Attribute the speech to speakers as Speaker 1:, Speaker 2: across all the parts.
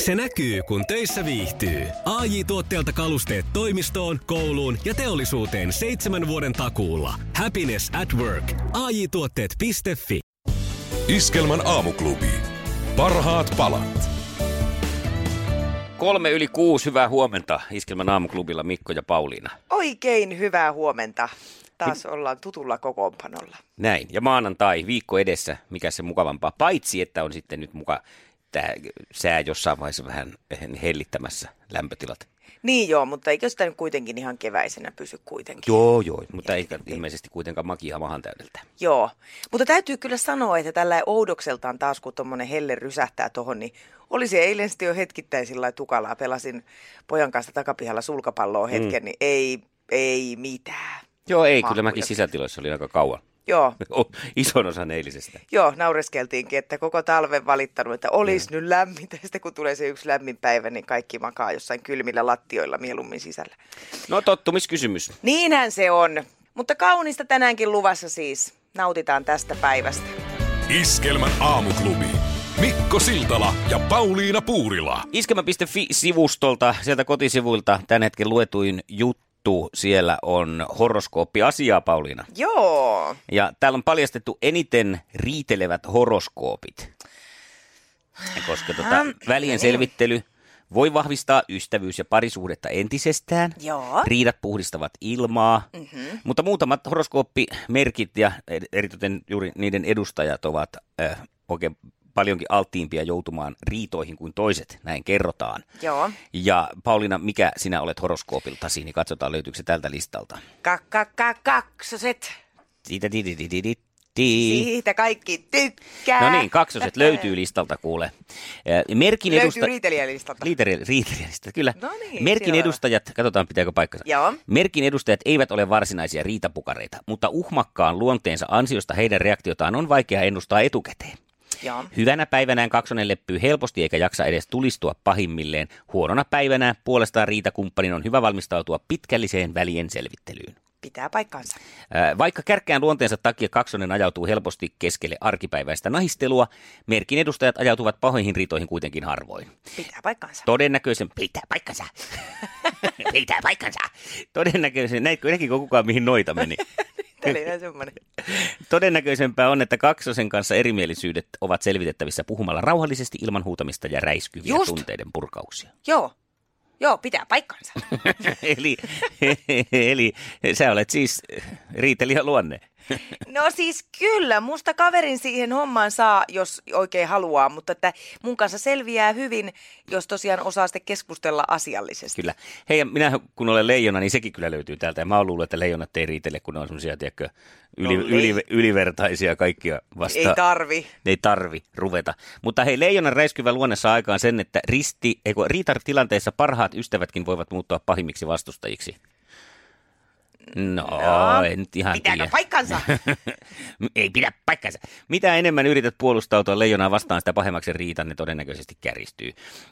Speaker 1: Se näkyy, kun töissä viihtyy. ai tuotteelta kalusteet toimistoon, kouluun ja teollisuuteen seitsemän vuoden takuulla. Happiness at work. ai tuotteetfi
Speaker 2: Iskelmän aamuklubi. Parhaat palat.
Speaker 3: Kolme yli kuusi, hyvää huomenta Iskelmän aamuklubilla Mikko ja Pauliina.
Speaker 4: Oikein hyvää huomenta. Taas ollaan tutulla kokoonpanolla.
Speaker 3: Näin, ja maanantai, viikko edessä, mikä se mukavampaa, paitsi että on sitten nyt muka tämä sää jossain vaiheessa vähän hellittämässä lämpötilat.
Speaker 4: Niin joo, mutta eikö sitä nyt kuitenkin ihan keväisenä pysy kuitenkin?
Speaker 3: Joo, joo. Mutta ei ilmeisesti kuitenkaan makia mahan täydeltä.
Speaker 4: Joo. Mutta täytyy kyllä sanoa, että tällä oudokseltaan taas, kun tuommoinen helle rysähtää tuohon, niin oli se eilen sitten jo hetkittäin sillä lailla tukalaa. Pelasin pojan kanssa takapihalla sulkapalloa hetken, niin ei, ei mitään.
Speaker 3: Joo, ei,
Speaker 4: Mahkuja.
Speaker 3: kyllä mäkin sisätiloissa oli aika kauan.
Speaker 4: Joo,
Speaker 3: Oh, Ison osan eilisestä.
Speaker 4: joo, naureskeltiinkin, että koko talven valittanut, että olisi nyt lämmintä. Ja Sitten kun tulee se yksi lämmin päivä, niin kaikki makaa jossain kylmillä lattioilla mieluummin sisällä.
Speaker 3: No tottumiskysymys.
Speaker 4: Niinhän se on. Mutta kaunista tänäänkin luvassa siis. Nautitaan tästä päivästä.
Speaker 2: Iskelmän aamuklubi. Mikko Siltala ja Pauliina Puurila.
Speaker 3: Iskelmä.fi-sivustolta, sieltä kotisivuilta tämän hetken luetuin juttu. Siellä on horoskooppiasiaa, Pauliina.
Speaker 4: Joo.
Speaker 3: Ja täällä on paljastettu eniten riitelevät horoskoopit. Koska tota,
Speaker 4: Ähm,
Speaker 3: välien selvittely voi vahvistaa ystävyys- ja parisuhdetta entisestään.
Speaker 4: Joo. Mhm.
Speaker 3: Riidat puhdistavat ilmaa. Mm-hmm. Mutta muutamat horoskooppimerkit ja ed- eritoten juuri niiden edustajat ovat äh, oikein paljonkin alttiimpia joutumaan riitoihin kuin toiset, näin kerrotaan.
Speaker 4: Joo.
Speaker 3: Ja Pauliina, mikä sinä olet horoskoopiltasi, niin katsotaan löytyykö se tältä listalta.
Speaker 4: Kakkakaksoset.
Speaker 3: Siitä di- di- di- di- di-
Speaker 4: Siitä kaikki tykkää.
Speaker 3: No niin, kaksoset löytyy listalta kuule. Eh, Merkin
Speaker 4: Löytyy
Speaker 3: edusta-
Speaker 4: riitelijälistalta.
Speaker 3: Liiteri- riitelijälistalta, kyllä.
Speaker 4: No niin,
Speaker 3: Merkin
Speaker 4: siellä.
Speaker 3: edustajat, katsotaan pitääkö paikkansa.
Speaker 4: Joo.
Speaker 3: Merkin edustajat eivät ole varsinaisia riitapukareita, mutta uhmakkaan luonteensa ansiosta heidän reaktiotaan on vaikea ennustaa etukäteen.
Speaker 4: Joo.
Speaker 3: Hyvänä päivänään kaksonen leppyy helposti eikä jaksa edes tulistua pahimmilleen. Huonona päivänään puolestaan riitakumppanin on hyvä valmistautua pitkälliseen välien selvittelyyn.
Speaker 4: Pitää paikkaansa.
Speaker 3: Ää, Vaikka kärkkään luonteensa takia kaksonen ajautuu helposti keskelle arkipäiväistä nahistelua, merkin edustajat ajautuvat pahoihin riitoihin kuitenkin harvoin.
Speaker 4: Pitää paikkaansa.
Speaker 3: Todennäköisen... Pitää paikkansa! Pitää paikkansa! Todennäköisen... Näitkö, näkikö kukaan mihin noita meni?
Speaker 4: Tämä oli ihan semmoinen.
Speaker 3: Todennäköisempää on, että kaksosen kanssa erimielisyydet ovat selvitettävissä puhumalla rauhallisesti ilman huutamista ja räiskyviä
Speaker 4: Just.
Speaker 3: tunteiden purkauksia.
Speaker 4: Joo. Joo, pitää paikkaansa.
Speaker 3: eli, eli sä olet siis riitelijä luonne.
Speaker 4: No siis kyllä, musta kaverin siihen hommaan saa, jos oikein haluaa, mutta että mun kanssa selviää hyvin, jos tosiaan osaa sitten keskustella asiallisesti.
Speaker 3: Kyllä. Hei, ja minä kun olen leijona, niin sekin kyllä löytyy täältä. Ja mä oon luullut, että leijonat ei riitele, kun ne on semmoisia, tiedätkö, yli,
Speaker 4: No,
Speaker 3: no,
Speaker 4: lei-
Speaker 3: yli, ylivertaisia kaikkia
Speaker 4: Ei
Speaker 3: vastaan.
Speaker 4: tarvi.
Speaker 3: ei tarvi ruveta. Mutta hei, leijonan räiskyvä luonne saa aikaan sen, että risti, eikö, riitartilanteissa parhaat ystävätkin voivat muuttua pahimmiksi vastustajiksi. No, no en nyt ihan
Speaker 4: Pitääkö
Speaker 3: tiedä.
Speaker 4: paikkansa?
Speaker 3: Ei pidä paikkansa. Mitä enemmän yrität puolustautua leijonaa vastaan, sitä pahemmaksi riitanne todennäköisesti kärjistyy.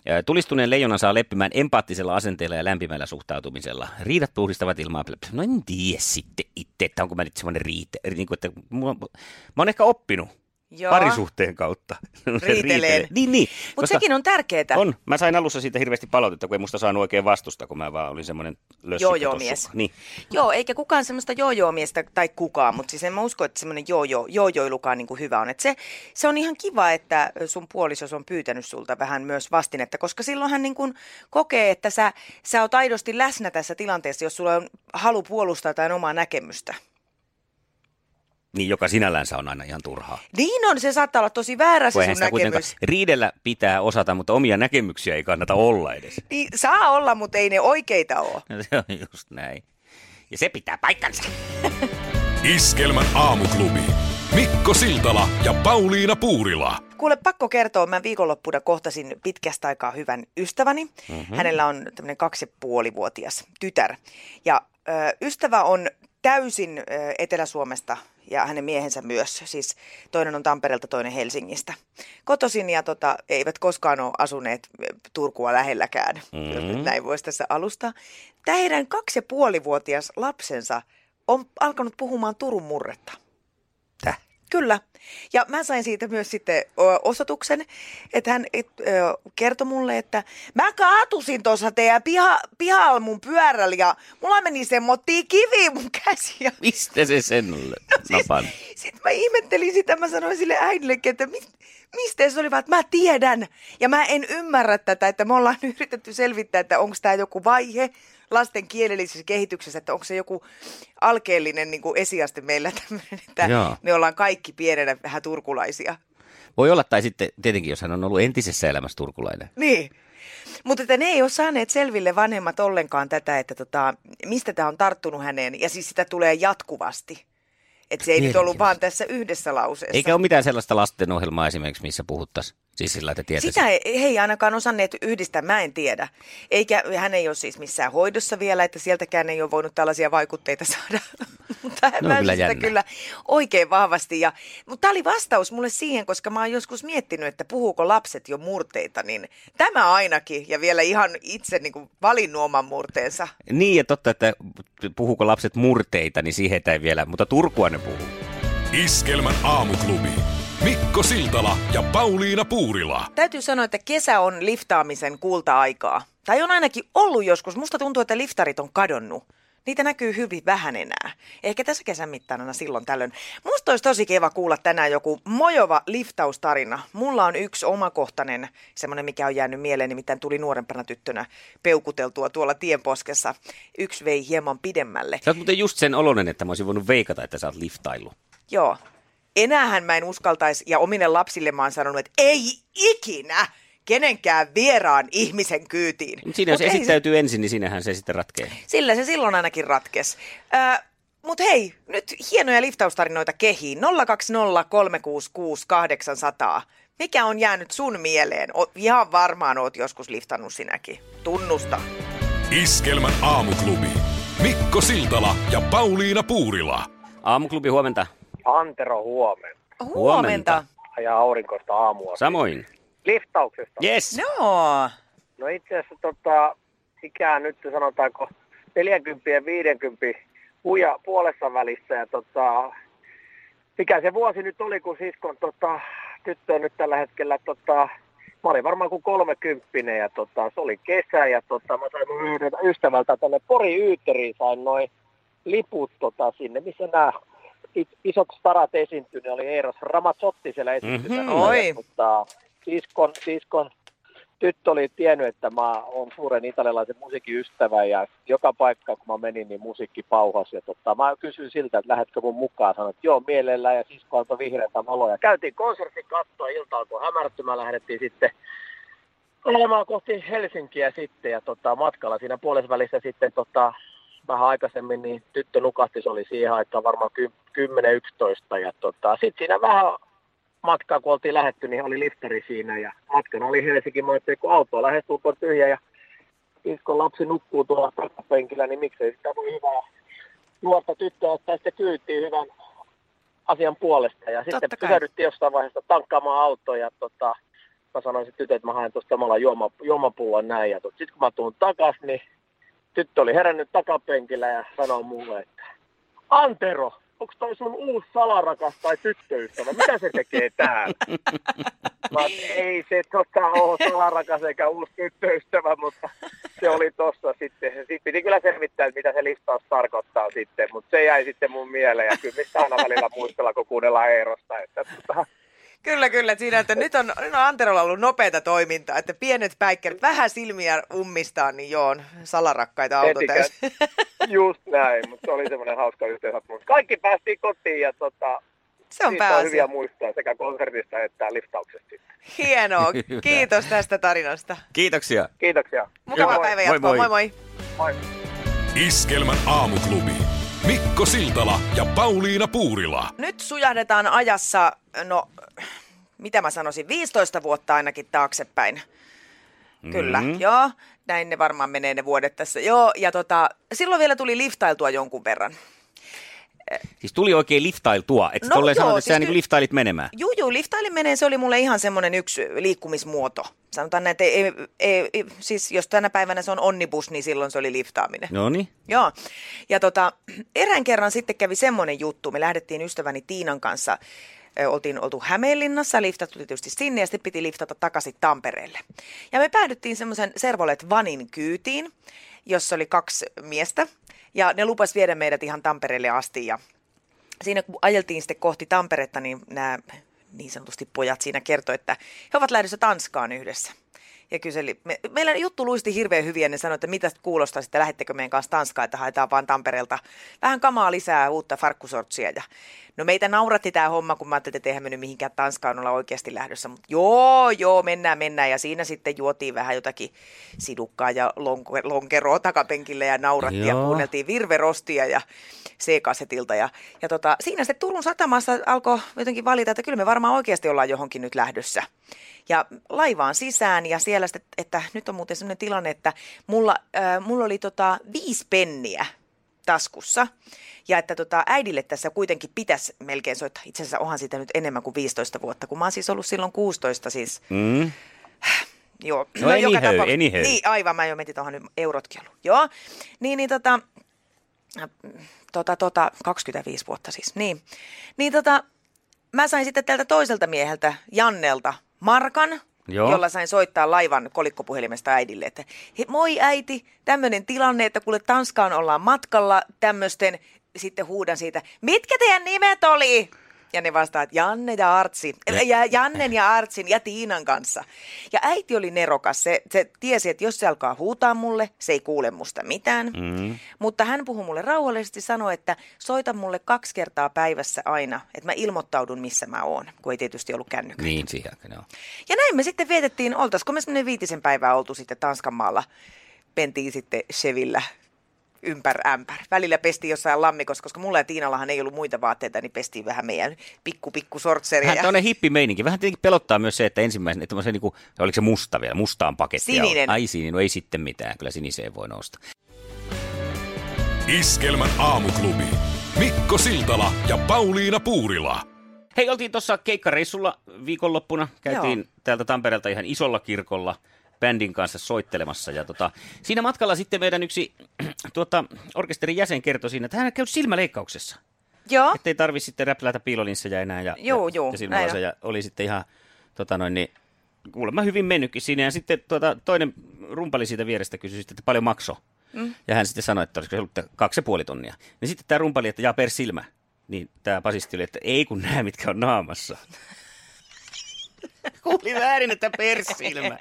Speaker 3: Ö, Tulistuneen leijonan saa leppymään empaattisella asenteella ja lämpimällä suhtautumisella. Riidat puhdistavat ilmaa. Plöp. No en tiedä sitten itse, että onko mä nyt semmoinen riite. Niin kuin, että mulla, mä oon ehkä oppinut
Speaker 4: Joo.
Speaker 3: parisuhteen kautta.
Speaker 4: Riiteleen.
Speaker 3: Niin, niin.
Speaker 4: Mutta sekin on tärkeetä.
Speaker 3: On. Mä sain alussa siitä hirveästi palautetta, kun ei musta saanut oikein vastusta, kun mä vaan olin semmoinen lössykö
Speaker 4: Joo-joo-mies.
Speaker 3: tossukka. Niin.
Speaker 4: Joo, eikä kukaan semmoista joojoo-miestä tai kukaan, mutta siis en mä usko, että semmoinen joojoo- joojoilukaan niin kuin hyvä on. Et se, se on ihan kiva, että sun puolisos on pyytänyt sulta vähän myös vastinetta, koska silloin hän niin kuin kokee, että sä, sä oot aidosti läsnä tässä tilanteessa, jos sulla on halu puolustaa jotain omaa näkemystä.
Speaker 3: niin, joka sinällään on aina ihan turhaa.
Speaker 4: Niin on, se saattaa olla tosi väärä
Speaker 3: Kun
Speaker 4: se
Speaker 3: eihän
Speaker 4: sun
Speaker 3: sitä kuitenkaan-
Speaker 4: Siis näkemys.
Speaker 3: Riidellä pitää osata, mutta omia näkemyksiä ei kannata olla edes. No
Speaker 4: Niin, saa olla, mutta ei ne oikeita ole.
Speaker 3: Se on just näin. Ja se pitää paikkansa.
Speaker 2: Iskelmän aamuklubi. Mikko Siltala ja Pauliina Puurila.
Speaker 4: Kuule, pakko kertoa, mä viikonloppuna kohtasin pitkästä aikaa hyvän ystäväni. Mm-hmm. Hänellä on tämmöinen kaksi ja puoli vuotias tytär. Ja ö, ystävä on täysin ö, Etelä-Suomesta ja hänen miehensä myös. Siis toinen on Tampereelta, toinen Helsingistä. Kotosin ja tota, eivät koskaan ole asuneet ö, Turkua lähelläkään, mm-hmm. jos nyt näin voisi tässä alusta. Tämä heidän kaksi ja puoli vuotias lapsensa on alkanut puhumaan Turun murretta. Kyllä. Ja mä sain siitä myös sitten ö, osoituksen, että hän et, ö, kertoi mulle, että mä kaatusin tuossa teidän piha, pihalla mun pyörällä ja mulla meni semmoittia kivi mun käsi. Ja
Speaker 3: Mistä se sen
Speaker 4: No
Speaker 3: on
Speaker 4: siis-
Speaker 3: napan?
Speaker 4: sitten mä ihmettelin sitä, mä sanoin sille äidillekin, että mis, mistä se oli, vaan että mä tiedän ja mä en ymmärrä tätä, että me ollaan yritetty selvittää, että onko tämä joku vaihe lasten kielellisessä kehityksessä, että onko se joku alkeellinen niin kuin esiaste meillä tämmöinen, että
Speaker 3: Joo.
Speaker 4: me ollaan kaikki pienenä vähän turkulaisia.
Speaker 3: Voi olla, tai sitten tietenkin, jos hän on ollut entisessä elämässä turkulainen.
Speaker 4: Niin. Mutta että ne ei ole saaneet selville vanhemmat ollenkaan tätä, että tota, mistä tämä on tarttunut häneen. Ja siis sitä tulee jatkuvasti. Että se ei nyt ollut vaan tässä yhdessä lauseessa.
Speaker 3: Eikä ole mitään sellaista lastenohjelmaa esimerkiksi, missä puhuttaisiin. Siis sillä, että tietäisi.
Speaker 4: Sitä ei, he ei ainakaan osanneet yhdistää, mä en tiedä. Eikä hän ei ole siis missään hoidossa vielä, että sieltäkään ei ole voinut tällaisia vaikutteita saada. mutta
Speaker 3: No,
Speaker 4: mä siis
Speaker 3: kyllä
Speaker 4: sitä
Speaker 3: jännä.
Speaker 4: kyllä oikein vahvasti. Ja, mutta tämä oli vastaus mulle siihen, koska mä oon joskus miettinyt, että puhuuko lapset jo murteita, niin tämä ainakin. Ja vielä ihan itse niin kuin valinnut oman murteensa.
Speaker 3: Niin, ja totta, että puhuuko lapset murteita, niin siihen ei vielä, mutta Turkua ne puhuu.
Speaker 2: Iskelmän aamuklubi. Mikko Siltala ja Pauliina Puurila.
Speaker 4: Täytyy sanoa, että kesä on liftaamisen kulta-aikaa. Tai on ainakin ollut joskus. Musta tuntuu, että liftarit on kadonnut. Niitä näkyy hyvin vähän enää. Ehkä tässä kesän mittaan aina silloin tällöin. Musta olisi tosi kiva kuulla tänään joku mojova liftaustarina. Mulla on yksi omakohtainen, semmoinen mikä on jäänyt mieleen, nimittäin tuli nuorempana tyttönä peukuteltua tuolla tienposkessa. Yksi vei hieman pidemmälle.
Speaker 3: Sä oot muuten just sen olonen, että mä olisin voinut veikata, että sä oot liftailu.
Speaker 4: Joo. Enäähän mä en uskaltaisi, ja omille lapsille mä oon sanonut, että ei ikinä kenenkään vieraan ihmisen kyytiin.
Speaker 3: Mutta siinä jos
Speaker 4: Mut ei
Speaker 3: esittäytyy ensin, niin siinähän se sitten ratkee.
Speaker 4: se- Sillä se silloin ainakin ratkes. Ö, Mutta hei, nyt hienoja liftaustarinoita kehiin. 020366800. Mikä on jäänyt sun mieleen? O, ihan varmaan oot joskus liftannut sinäkin. Tunnusta.
Speaker 2: Iskelmän aamuklubi. Mikko Siltala ja Pauliina Puurila.
Speaker 3: Aamuklubi huomenta.
Speaker 5: Antero huomenna
Speaker 3: Huomenta.
Speaker 5: ja aurinkoista aamua.
Speaker 3: Samoin.
Speaker 5: Liftauksesta.
Speaker 3: Yes.
Speaker 4: No,
Speaker 5: No itse asiassa tota, ikää nyt sanotaanko 40 ja 50 huja puolessa välissä ja tota, mikä se vuosi nyt oli, kun siskon tota, tyttö on nyt tällä hetkellä tota, Mä olin varmaan kuin kolmekymppinen ja tota, se oli kesä ja tota, mä sain mun yhdeltä ystävältä tänne Pori Yyteriin sain noin liput tota, sinne, missä nämä isot starat esiintyi, ne oli Eeros Ramazzotti siellä esiintynyt.
Speaker 3: Mhm.
Speaker 4: Oi.
Speaker 5: Mutta siskon, siskon tyttö oli tiennyt, että mä oon suuren italialaisen musiikin ystävä ja joka paikka kun mä menin, niin musiikki pauhasi. Ja tota, mä kysyin siltä, että lähdetkö mun mukaan. Sanoin, että joo mielellään ja sisko antoi vihreätä valoja. Käytiin konsertin kattoa ilta alkoi hämärtymään, lähdettiin sitten olemaan kohti Helsinkiä sitten ja tota, matkalla siinä puolessa sitten tota, vähän aikaisemmin niin tyttö nukahti, se oli siihen aikaan varmaan ky- 10-11 ja tota, sitten siinä vähän matkaa, kun oltiin lähetty, niin oli liftari siinä ja matkana oli Helsinki, mä ajattelin, kun auto on lähestulkoon tyhjä ja iskon lapsi nukkuu tuolla takapenkillä, niin miksei sitä voi hyvää nuorta tyttöä ottaa sitten kyytiin hyvän asian puolesta. Ja sitten
Speaker 4: Totta kai.
Speaker 5: pysähdyttiin jossain vaiheessa tankkaamaan autoa ja tota, mä sanoin sitten tytölle, että mä haen tuosta samalla juoma, juomapullon näin. Ja sitten kun mä tuun takas, niin tyttö oli herännyt takapenkillä ja sanoi mulle, että Antero, onko toi sun uusi salarakas tai tyttöystävä? Mitä se tekee täällä? Mä, oon, ei se tota ole salarakas eikä uusi tyttöystävä, mutta se oli tossa sitten. Sitten piti kyllä selvittää, että mitä se listaus tarkoittaa sitten, mutta se jäi sitten mun mieleen. Ja kyllä mistä aina välillä muistella, kun kuunnellaan Eerosta. Että, tota,
Speaker 4: Kyllä, kyllä. Siinä, että nyt on, nyt on Anterolla ollut nopeata toimintaa, että pienet päikkerit vähän silmiä ummistaan, niin joo, on salarakkaita
Speaker 5: Etikät.
Speaker 4: autotäys.
Speaker 5: Just näin, mutta se oli semmoinen hauska yhteenhattumus. Kaikki päästiin kotiin ja tota,
Speaker 4: Se on
Speaker 5: siitä on hyviä
Speaker 4: pääasia.
Speaker 5: muistoja sekä konsertista että liftauksesta.
Speaker 4: Hienoa.
Speaker 3: Hyvä.
Speaker 4: Kiitos tästä tarinasta.
Speaker 3: Kiitoksia.
Speaker 5: Kiitoksia.
Speaker 4: Mukavaa
Speaker 5: Moi.
Speaker 4: päivän
Speaker 3: Moi
Speaker 4: jatkoa.
Speaker 3: moi.
Speaker 4: Moi moi.
Speaker 5: Moi.
Speaker 2: Iskelmän aamuklubi. Mikko Siltala ja Pauliina Puurila.
Speaker 4: Nyt sujahdetaan ajassa, no mitä mä sanoisin, 15 vuotta ainakin taaksepäin. Kyllä,
Speaker 3: Mhm.
Speaker 4: mm-hmm. joo. Näin ne varmaan menee ne vuodet tässä. Joo, ja tota, silloin vielä tuli liftailtua jonkun verran.
Speaker 3: Siis tuli oikein liftailtua. Että
Speaker 4: No
Speaker 3: no, tolleen
Speaker 4: joo,
Speaker 3: sanoit, että
Speaker 4: siis
Speaker 3: sä niin
Speaker 4: ky-
Speaker 3: liftailit menemään.
Speaker 4: Juu, juu, liftailin menee, se oli mulle ihan semmoinen yksi liikkumismuoto. Sanotaan näin, että ei, ei, ei, siis jos tänä päivänä se on onnibus, niin silloin se oli liftaaminen.
Speaker 3: No niin.
Speaker 4: Joo. Ja tota, erään kerran sitten kävi semmoinen juttu. Me lähdettiin ystäväni Tiinan kanssa ö, oltiin oltu Hämeenlinnassa, liftattu tietysti sinne ja sitten piti liftata takaisin Tampereelle. Ja me päädyttiin semmoisen Servolet Vanin kyytiin, jossa oli kaksi miestä ja ne lupas viedä meidät ihan Tampereelle asti ja siinä kun ajeltiin sitten kohti Tamperetta, niin nämä niin sanotusti pojat siinä kertoi, että he ovat lähdössä Tanskaan yhdessä. Ja kyseli, me, meillä juttu luisti hirveän hyvin ja ne sanoi, että mitä kuulostaa sitten, lähettekö meidän kanssa Tanskaan, että haetaan vaan Tampereelta vähän kamaa lisää uutta farkkusortsia. Ja, no meitä nauratti tämä homma, kun mä ajattelin, että eihän me nyt mihinkään Tanskaan olla oikeasti lähdössä, mutta joo, joo, mennään, mennään. Ja siinä sitten juotiin vähän jotakin sidukkaa ja lonke, lonkeroa takapenkille ja naurattiin ja
Speaker 3: Joo.
Speaker 4: kuunneltiin virverostia ja C-kasetilta. Ja, ja tota, siinä sitten Turun satamassa alkoi jotenkin valita, että kyllä me varmaan oikeasti ollaan johonkin nyt lähdössä. Ja laivaan sisään ja siellä sitten, että nyt on muuten sellainen tilanne, että mulla, äh, mulla oli tota viisi penniä taskussa. Ja että tota, äidille tässä kuitenkin pitäisi melkein soittaa. Itse asiassa onhan siitä nyt enemmän kuin 15 vuotta, kun mä oon siis ollut silloin 16 siis.
Speaker 3: Mm.
Speaker 4: Joo.
Speaker 3: No anyhow, anyhow.
Speaker 4: Niin, aivan, mä jo metin tuohon nyt eurotkin ollut. Joo, niin, niin tota, tota, tota, 25 vuotta siis, niin. Niin tota, mä sain sitten tältä toiselta mieheltä, Jannelta, markan,
Speaker 3: Joo.
Speaker 4: Joo. jolla sain soittaa laivan kolikkopuhelimesta äidille, että "He, moi äiti, tämmöinen tilanne, että kuule Tanskaan ollaan matkalla tämmöisten, sitten huudan siitä, mitkä teidän nimet oli? Ja ne vastaa, että Janne ja Artsi, ja Jannen ja Artsin ja Tiinan kanssa. Ja äiti oli nerokas, se, se tiesi, että jos se alkaa huutaa mulle, se ei kuule musta mitään.
Speaker 3: Mm.
Speaker 4: Mutta hän puhui mulle rauhallisesti, sanoi, että soita mulle kaksi kertaa päivässä aina, että mä ilmoittaudun, missä mä oon, kun ei tietysti ollut kännykkä.
Speaker 3: Niin, siihen aikaan, joo.
Speaker 4: Ja näin me sitten vietettiin, oltaisiko me semmoinen viitisen päivää oltu sitten Tanskanmaalla, pentiin sitten Chevillä ympär ämpär. Välillä pestiin jossain lammikossa, koska mulla ja Tiinallahan ei ollut muita vaatteita, niin pestiin vähän meidän pikku pikku sortseria.
Speaker 3: Vähän tämmöinen hippimeininki. Vähän tietenkin pelottaa myös se, että ensimmäisenä, että se, niin kuin, oliko se musta vielä, mustaan pakettia.
Speaker 4: Sininen.
Speaker 3: Ai sininen, no ei sitten mitään, kyllä siniseen voi nousta.
Speaker 2: Iskelmän aamuklubi. Mikko Siltala ja Pauliina Puurila.
Speaker 3: Hei, oltiin tuossa keikkareissulla viikonloppuna. Käytiin Joo.
Speaker 4: Joo.
Speaker 3: täältä Tampereelta ihan isolla kirkolla bändin kanssa soittelemassa. Ja tota, siinä matkalla sitten meidän yksi tuota, orkesterin jäsen kertoi siinä, että hän on käynyt silmäleikkauksessa.
Speaker 4: Joo,
Speaker 3: Ettei tarvi sitten räplätä piilolinsseja enää ja,
Speaker 4: Juu,
Speaker 3: ja,
Speaker 4: juu,
Speaker 3: ja silmälaseja. Ja oli sitten ihan tota noin, niin, kuulemma hyvin mennytkin siinä. Ja sitten tuota, toinen rumpali siitä vierestä kysyi sitten, että paljon makso. Mm. Ja hän sitten sanoi, että olisiko se ollut että kaksi ja puoli tonnia. Niin sitten tämä rumpali, että jaa per silmä. Niin tämä pasisti oli, että ei kun nämä, mitkä on naamassa. Kuulin väärin, että per silmä.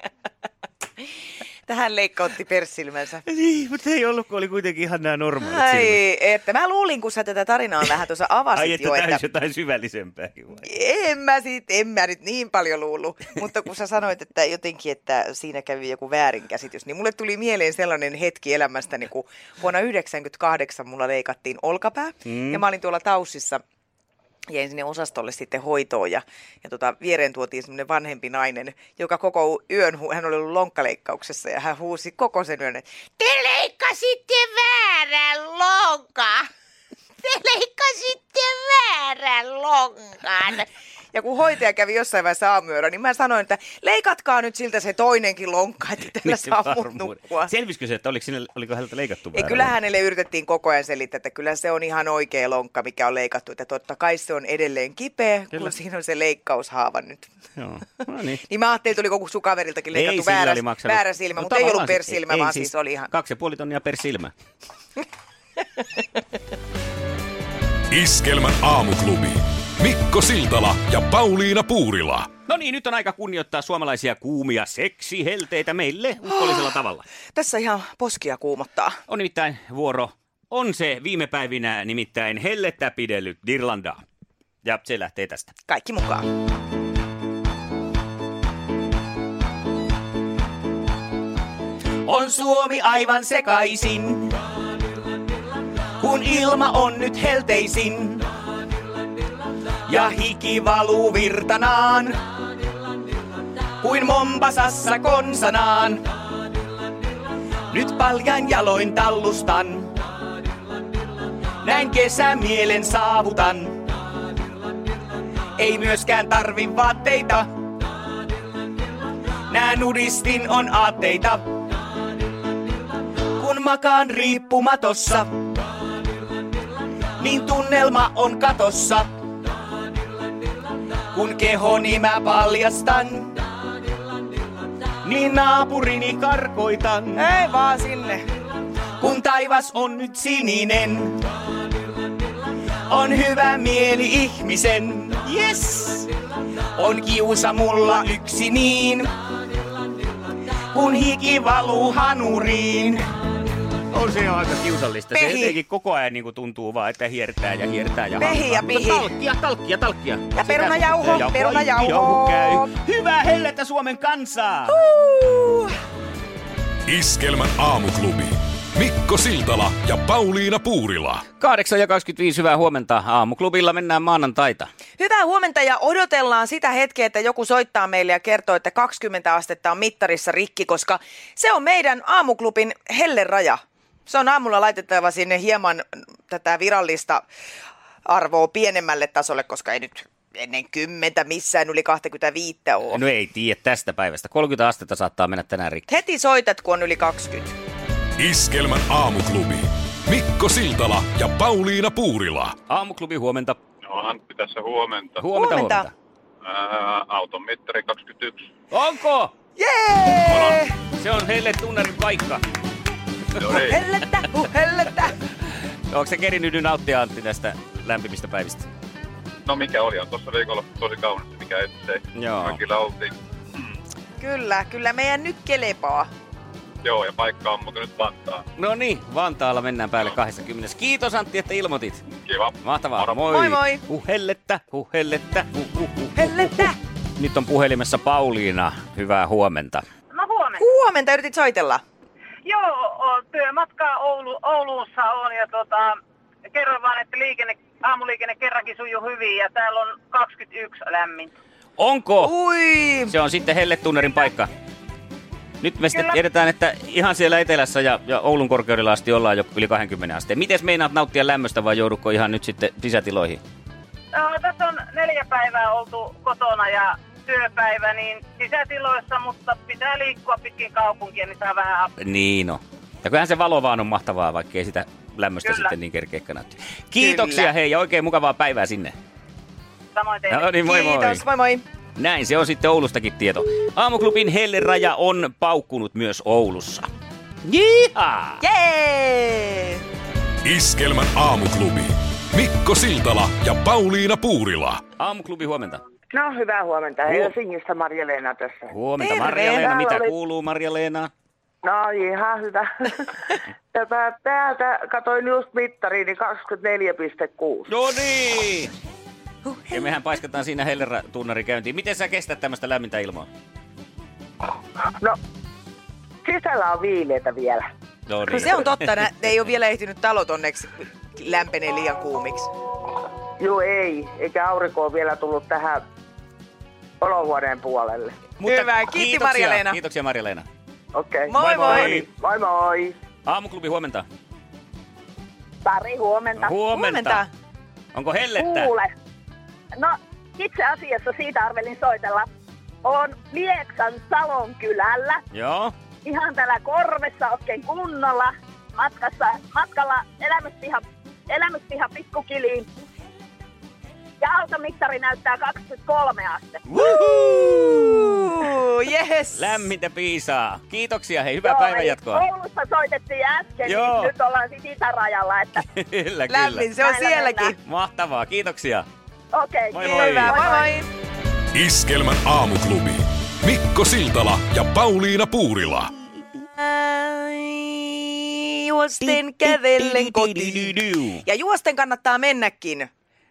Speaker 4: tähän leikkautti perssilmänsä.
Speaker 3: Niin, mutta ei ollut, kun oli kuitenkin ihan nämä normaalit silmät.
Speaker 4: Ai, että mä luulin, kun sä tätä tarinaa vähän tuossa avasit
Speaker 3: Ai, että
Speaker 4: jo,
Speaker 3: tämä
Speaker 4: että
Speaker 3: olisi jotain syvällisempääkin vai?
Speaker 4: En mä, sit, en mä nyt niin paljon luullut, mutta kun sä sanoit, että jotenkin, että siinä kävi joku väärinkäsitys, niin mulle tuli mieleen sellainen hetki elämästäni, kun vuonna 1998 mulla leikattiin olkapää mm. ja mä olin tuolla taussissa jäin sinne osastolle sitten hoitoon ja, ja tota, viereen tuotiin semmoinen vanhempi nainen, joka koko yön, hu- hän oli ollut lonkkaleikkauksessa ja hän huusi koko sen yön, että te leikkasitte väärän lonkan! Te leikkasitte väärän lonkan! Ja kun hoitaja kävi jossain vaiheessa aamuyöllä, niin mä sanoin, että leikatkaa nyt siltä se toinenkin lonkka, että tällä saa mut
Speaker 3: Niin Varmuuden.
Speaker 4: nukkua.
Speaker 3: Selvisikö se, että oliko, sinne, oliko häneltä leikattu
Speaker 4: Ei,
Speaker 3: väärä
Speaker 4: kyllä
Speaker 3: lonkka?
Speaker 4: hänelle yritettiin koko ajan selittää, että kyllä se on ihan oikea lonkka, mikä on leikattu. Että totta kai se on edelleen kipeä, kyllä.
Speaker 3: Kyllä.
Speaker 4: kun siinä on se leikkaushaava nyt.
Speaker 3: Joo, no niin.
Speaker 4: Niin mä ajattelin, tuliko sun kaveriltakin
Speaker 3: Ei,
Speaker 4: leikattu
Speaker 3: sillä
Speaker 4: väärä,
Speaker 3: oli maksanut-
Speaker 4: väärä silmä,
Speaker 3: No
Speaker 4: mutta ei ollut
Speaker 3: tavallaan se-
Speaker 4: per silmä, vaan siis, oli ihan...
Speaker 3: Kaksi ja puoli tonnia per silmä.
Speaker 2: Iskelmän aamuklubi. Mikko Siltala ja Pauliina Puurila.
Speaker 3: No niin, nyt on aika kunnioittaa suomalaisia kuumia seksihelteitä meille uskollisella tavalla.
Speaker 4: Tässä ihan poskia kuumottaa.
Speaker 3: On nimittäin vuoro. On se viime päivinä nimittäin hellettä pidellyt Irlandaa. Ja se lähtee tästä.
Speaker 4: Kaikki mukaan.
Speaker 3: Mm. On Suomi aivan sekaisin, kun ilma on nyt helteisin. Ja hiki valuu virtanaan, kuin Mombasassa konsanaan. Nyt paljan jaloin tallustan, näin kesämielen saavutan. Ei myöskään tarvi vaatteita, nää nudistin on aatteita kun makaan riippumatossa. Niin tunnelma on katossa.
Speaker 6: Kun kehoni mä paljastan, niin naapurini karkoitan.
Speaker 4: Ei vaan sinne.
Speaker 6: Kun taivas on nyt sininen, on hyvä mieli ihmisen. Yes! On kiusa mulla yksi niin, kun hiki valuu hanuriin.
Speaker 3: On se aika kiusallista. Se
Speaker 4: Pehi.
Speaker 3: jotenkin koko ajan niin kuin tuntuu vaan, että hiertää ja hiertää ja hammaa.
Speaker 4: Pehi ja
Speaker 3: Mutta
Speaker 4: pihi.
Speaker 3: Talkkia, talkkia, talkkia. Sitä
Speaker 4: perunajauho,
Speaker 3: suhteen ja
Speaker 4: perunajauho.
Speaker 3: poikkijauho käy. Hyvää hellettä Suomen kansaa!
Speaker 2: Iskelmän aamuklubi. Mikko Siltala ja Pauliina Puurila.
Speaker 3: 8 ja 25, hyvää huomenta aamuklubilla. Mennään maanantaita.
Speaker 4: Hyvää huomenta ja odotellaan sitä hetkeä, että joku soittaa meille ja kertoo, että 20 astetta on mittarissa rikki, koska se on meidän aamuklubin helleraja. Se on aamulla laitettava sinne hieman tätä virallista arvoa pienemmälle tasolle, koska ei nyt ennen kymmentä missään yli 25 ole.
Speaker 3: No ei tiedä tästä päivästä. 30 astetta saattaa mennä tänään rikki.
Speaker 4: Heti soitat, kun on yli 20.
Speaker 2: Iskelmän aamuklubi. Mikko Siltala ja Pauliina Puurila.
Speaker 3: Aamuklubi huomenta.
Speaker 7: No Antti tässä huomenta.
Speaker 3: Huomenta,
Speaker 4: Huomenta.
Speaker 3: huomenta.
Speaker 7: Ää, auton mittari 21.
Speaker 3: Onko?
Speaker 4: Jee!
Speaker 3: Se on heille tunnarin paikka.
Speaker 7: No ei,
Speaker 4: Hellettä, huh, hellettä.
Speaker 3: Onko se kerinyt nyt nauttia Antti tästä lämpimistä päivistä?
Speaker 7: no mikä oli, on tuossa viikolla tosi kaunista, mikä ettei.
Speaker 3: Joo.
Speaker 7: Kaikilla oltiin.
Speaker 4: Kyllä, kyllä meidän nyt kelepaa.
Speaker 7: Joo, ja paikka on muuten nyt Vantaa.
Speaker 3: No niin, Vantaalla mennään päälle 20. Kiitos Antti, että ilmoitit.
Speaker 7: Kiva.
Speaker 3: Mahtavaa,
Speaker 7: Moro.
Speaker 3: moi.
Speaker 4: Moi, moi.
Speaker 3: Huhellettä, huhellettä, hu, hu, hu, hu.
Speaker 4: Hellettä.
Speaker 3: Nyt on puhelimessa Pauliina. Hyvää huomenta.
Speaker 8: No huomenna.
Speaker 4: Huomenta yritit soitella.
Speaker 8: Joo, o, työmatkaa Oulu, Oulussa on ja tota, kerron vaan, että liikenne, aamuliikenne kerrankin sujuu hyvin ja täällä on 21 lämmin.
Speaker 3: Onko?
Speaker 4: Ui,
Speaker 3: Se on sitten helletunnerin paikka. Nyt me sitten
Speaker 8: Kyllä.
Speaker 3: tiedetään, että ihan siellä etelässä ja, ja Oulun korkeudella asti ollaan jo yli 20 asteen. Mites meinaat nauttia lämmöstä vai joudutko ihan nyt sitten sisätiloihin?
Speaker 8: No, tässä on neljä päivää oltu kotona ja työpäivä niin sisätiloissa, mutta pitää liikkua pitkin kaupunkia, niin saa vähän apua.
Speaker 3: Niin no. Ja kyllähän se valo vaan on mahtavaa, vaikka ei sitä lämmöstä
Speaker 8: Kyllä.
Speaker 3: sitten niin kerkeä nauttia. Kiitoksia
Speaker 4: Kyllä.
Speaker 3: hei ja oikein mukavaa päivää sinne.
Speaker 8: Samoin teille.
Speaker 3: No niin, moi moi.
Speaker 4: kiitos, moi moi.
Speaker 3: Näin se on sitten Oulustakin tieto. Aamuklubin helleraja on paukkunut myös Oulussa. Jihaa!
Speaker 4: Jee!
Speaker 2: Iskelmän aamuklubi. Mikko Siltala ja Pauliina Puurila.
Speaker 3: Aamuklubi huomenta.
Speaker 9: No hyvää huomenta. Helsingistä Marja-Leena tässä.
Speaker 3: Huomenta
Speaker 4: Terve.
Speaker 3: Marja-Leena. Mitä
Speaker 9: Täällä oli-
Speaker 3: kuuluu Marja-Leena?
Speaker 9: No ihan hyvä. Tätä, täältä katoin just mittariin, niin 24,6.
Speaker 3: No niin! Ja mehän paiskataan siinä hellera tunnari käyntiin. Miten sä kestät tämmöistä lämmintä ilmaa?
Speaker 9: No, sisällä on viileitä vielä.
Speaker 3: No
Speaker 4: No se on totta, nä, ne ei ole vielä ehtinyt talot onneksi lämpenee liian kuumiksi.
Speaker 9: Joo ei, eikä aurinko ole vielä tullut tähän olohuoneen puolelle.
Speaker 4: Hyvä, kiitti
Speaker 3: kiitoksia,
Speaker 4: Marja-Leena.
Speaker 3: Kiitoksia Marja-Leena.
Speaker 9: Okei.
Speaker 4: Moi, moi.
Speaker 9: Moi moi.
Speaker 3: Aamuklubi huomenta.
Speaker 10: Pari huomenta.
Speaker 3: Huomenta.
Speaker 4: Huomenta.
Speaker 3: Onko hellettä?
Speaker 10: Kuule. No, itse asiassa siitä arvelin soitella. On Lieksan Salon kylällä.
Speaker 3: Joo.
Speaker 10: Ihan täällä korvessa oikein kunnolla. Matkassa, matkalla elämyspiha, elämyspiha pikkukiliin. Ja automittari näyttää 23 astetta.
Speaker 4: Uu, Jehes.
Speaker 3: Lämmintä piisaa. Kiitoksia, hei hyvää
Speaker 10: Joo,
Speaker 3: päivän
Speaker 10: eli
Speaker 3: jatkoa.
Speaker 10: Oulussa soitettiin äsken,
Speaker 3: Joo.
Speaker 10: niin nyt ollaan siis itärajalla. Että,
Speaker 3: kyllä, kyllä.
Speaker 4: Lämmin, se on
Speaker 10: Näillä
Speaker 4: sielläkin.
Speaker 10: mennään.
Speaker 3: Mahtavaa, kiitoksia.
Speaker 10: okei,
Speaker 3: Moi,
Speaker 10: kiitos.
Speaker 3: moi.
Speaker 4: Hyvä, moi moi.
Speaker 2: Iskelmän aamuklubi. Mikko Siltala ja Pauliina Puurila.
Speaker 4: Ai, Juosten kävellen kotiin. Ja juosten kannattaa mennäkin,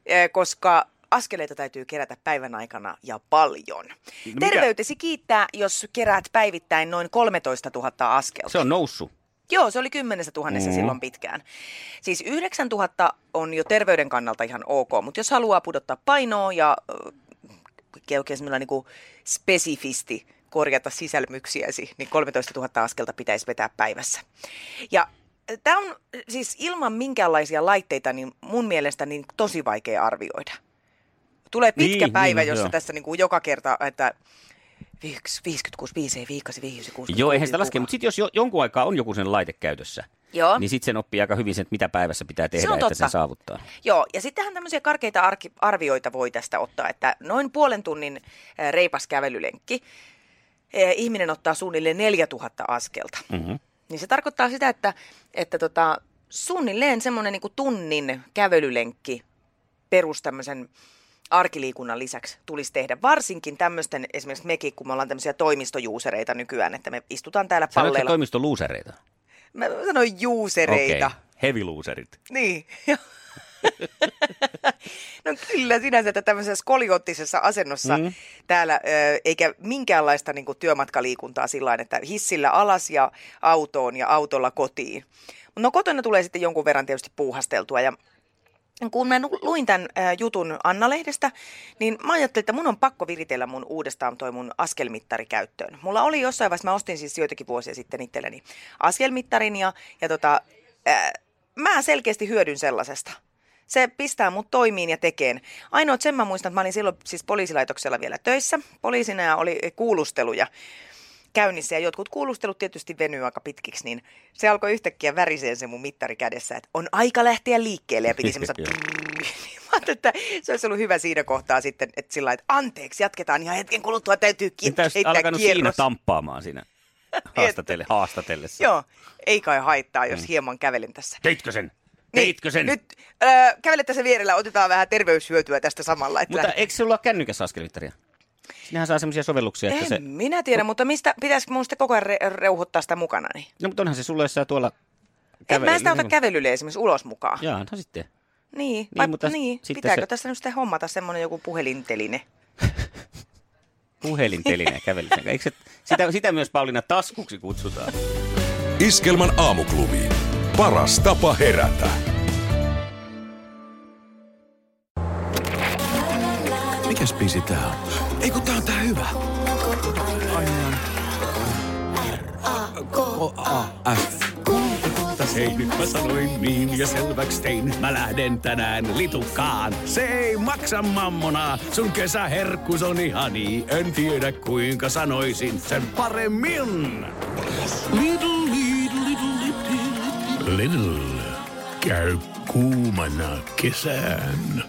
Speaker 4: eh, koska askeleita täytyy kerätä päivän aikana ja paljon.
Speaker 3: No mikä-
Speaker 4: Terveytesi kiittää, jos keräät päivittäin noin 13 000 askelta.
Speaker 3: Se on noussut.
Speaker 4: Joo, se oli kymmenessä tuhannessa
Speaker 3: Mm.
Speaker 4: mm. silloin pitkään. Siis 9000 on jo terveyden kannalta ihan ok, mutta jos haluaa pudottaa painoa ja äh, oikein semmoilla niinku spesifisti korjata sisälmyksiäsi, niin 13 000 askelta pitäisi vetää päivässä. Ja tämä on äh, siis ilman minkäänlaisia laitteita, niin mun mielestä niin tosi vaikea arvioida. Tulee pitkä
Speaker 3: Niin,
Speaker 4: niin, päivä,
Speaker 3: niin,
Speaker 4: niin, jossa
Speaker 3: joo.
Speaker 4: tässä niinku joka kerta, että 56, 5, 5, 5, 5, 6,
Speaker 3: Joo, eihän sitä laske, mutta sitten jos jo, jonkun aikaa on joku sen laite käytössä,
Speaker 4: Joo.
Speaker 3: niin sitten sen oppii aika hyvin sen, että mitä päivässä pitää tehdä,
Speaker 4: on
Speaker 3: että
Speaker 4: totta.
Speaker 3: sen saavuttaa.
Speaker 4: Joo, ja sittenhän tämmöisiä karkeita arki- arvioita voi tästä ottaa, että noin puolen tunnin eh, reipas kävelylenkki, eh, ihminen ottaa suunnilleen 4000 askelta.
Speaker 3: Mm-hmm.
Speaker 4: Niin se tarkoittaa sitä, että, että tota, suunnilleen semmoinen niin tunnin kävelylenkki perus tämmöisen arkiliikunnan lisäksi tulisi tehdä. Varsinkin tämmöisten, esimerkiksi mekin, kun me ollaan tämmöisiä toimistojuusereita nykyään, että me istutaan täällä
Speaker 3: Sanoitko
Speaker 4: palleilla.
Speaker 3: toimistoluusereita?
Speaker 4: Mä sanoin juusereita.
Speaker 3: Okei, heavy loserit.
Speaker 4: Niin. joo. no kyllä sinänsä, että tämmöisessä skoliottisessa asennossa mm. täällä, ö, eikä minkäänlaista niin työmatkaliikuntaa sillä tavalla, että hissillä alas ja autoon ja autolla kotiin. Mut No kotona tulee sitten jonkun verran tietysti puuhasteltua ja kun mä nu- luin tämän ää, jutun Anna-lehdestä, niin mä ajattelin, että mun on pakko viritellä mun uudestaan toi mun askelmittari käyttöön. Mulla oli jossain vaiheessa, mä ostin siis joitakin vuosia sitten itselleni askelmittarin ja, ja tota, ää, mä selkeästi hyödyn sellaisesta. Se pistää mut toimiin ja tekeen. Ainoa, että sen mä muistan, että mä olin silloin siis poliisilaitoksella vielä töissä. Poliisina ja oli kuulusteluja käynnissä ja jotkut kuulustelut tietysti venyy aika pitkiksi, niin se alkoi yhtäkkiä väriseen se mun mittari kädessä, että on aika lähteä liikkeelle ja piti semmoista
Speaker 3: Joo.
Speaker 4: niin mä ajattelin, että se olisi ollut hyvä siinä kohtaa sitten, että sillä lailla, että anteeksi, jatketaan ihan hetken kuluttua, täytyy ki-
Speaker 3: Niin tästä
Speaker 4: heittää
Speaker 3: alkanut siinä
Speaker 4: kierros.
Speaker 3: tamppaamaan siinä haastatelle, haastatellessa.
Speaker 4: Joo, ei kai haittaa, jos hieman kävelen tässä.
Speaker 3: Teitkö sen?
Speaker 4: Niin,
Speaker 3: Mm. Teitkö sen?
Speaker 4: Nyt öö, kävele tässä vierellä, otetaan vähän terveyshyötyä tästä samalla. Että
Speaker 3: Mutta eikö sulla ole kännykässä askelmittaria? Sinähän saa semmoisia sovelluksia, että
Speaker 4: en
Speaker 3: se...
Speaker 4: minä tiedä, mutta mistä pitäisikö mun sitten koko ajan re- reuhottaa sitä mukana? Niin?
Speaker 3: No, mutta onhan se sulla jossain tuolla...
Speaker 4: En mä sitä ota
Speaker 3: niin-
Speaker 4: kävelylle esimerkiksi ulos mukaan.
Speaker 3: Jaa, no sitten.
Speaker 4: Niin, vai,
Speaker 3: mutta s-
Speaker 4: niin
Speaker 3: sitten
Speaker 4: pitääkö
Speaker 3: se-
Speaker 4: tässä nyt sitten hommata semmoinen joku puhelinteline?
Speaker 3: Puhelintelineen ja käveli sen. Eikö se, sitä, sitä myös Pauliina taskuksi kutsutaan.
Speaker 2: Iskelmän aamuklubi. Paras tapa herätä.
Speaker 1: Mikäs biisi tää on? Ei kun tää on tää hyvä. F. Mutta se nyt mä sanoin niin ja selväksi tein. Mä lähden tänään litukaan. Se ei maksa mammonaa. Sun kesäherkkus on ihani. En tiedä kuinka sanoisin sen paremmin. Little, little, little, little, little. Little. Käy kuumana kesään.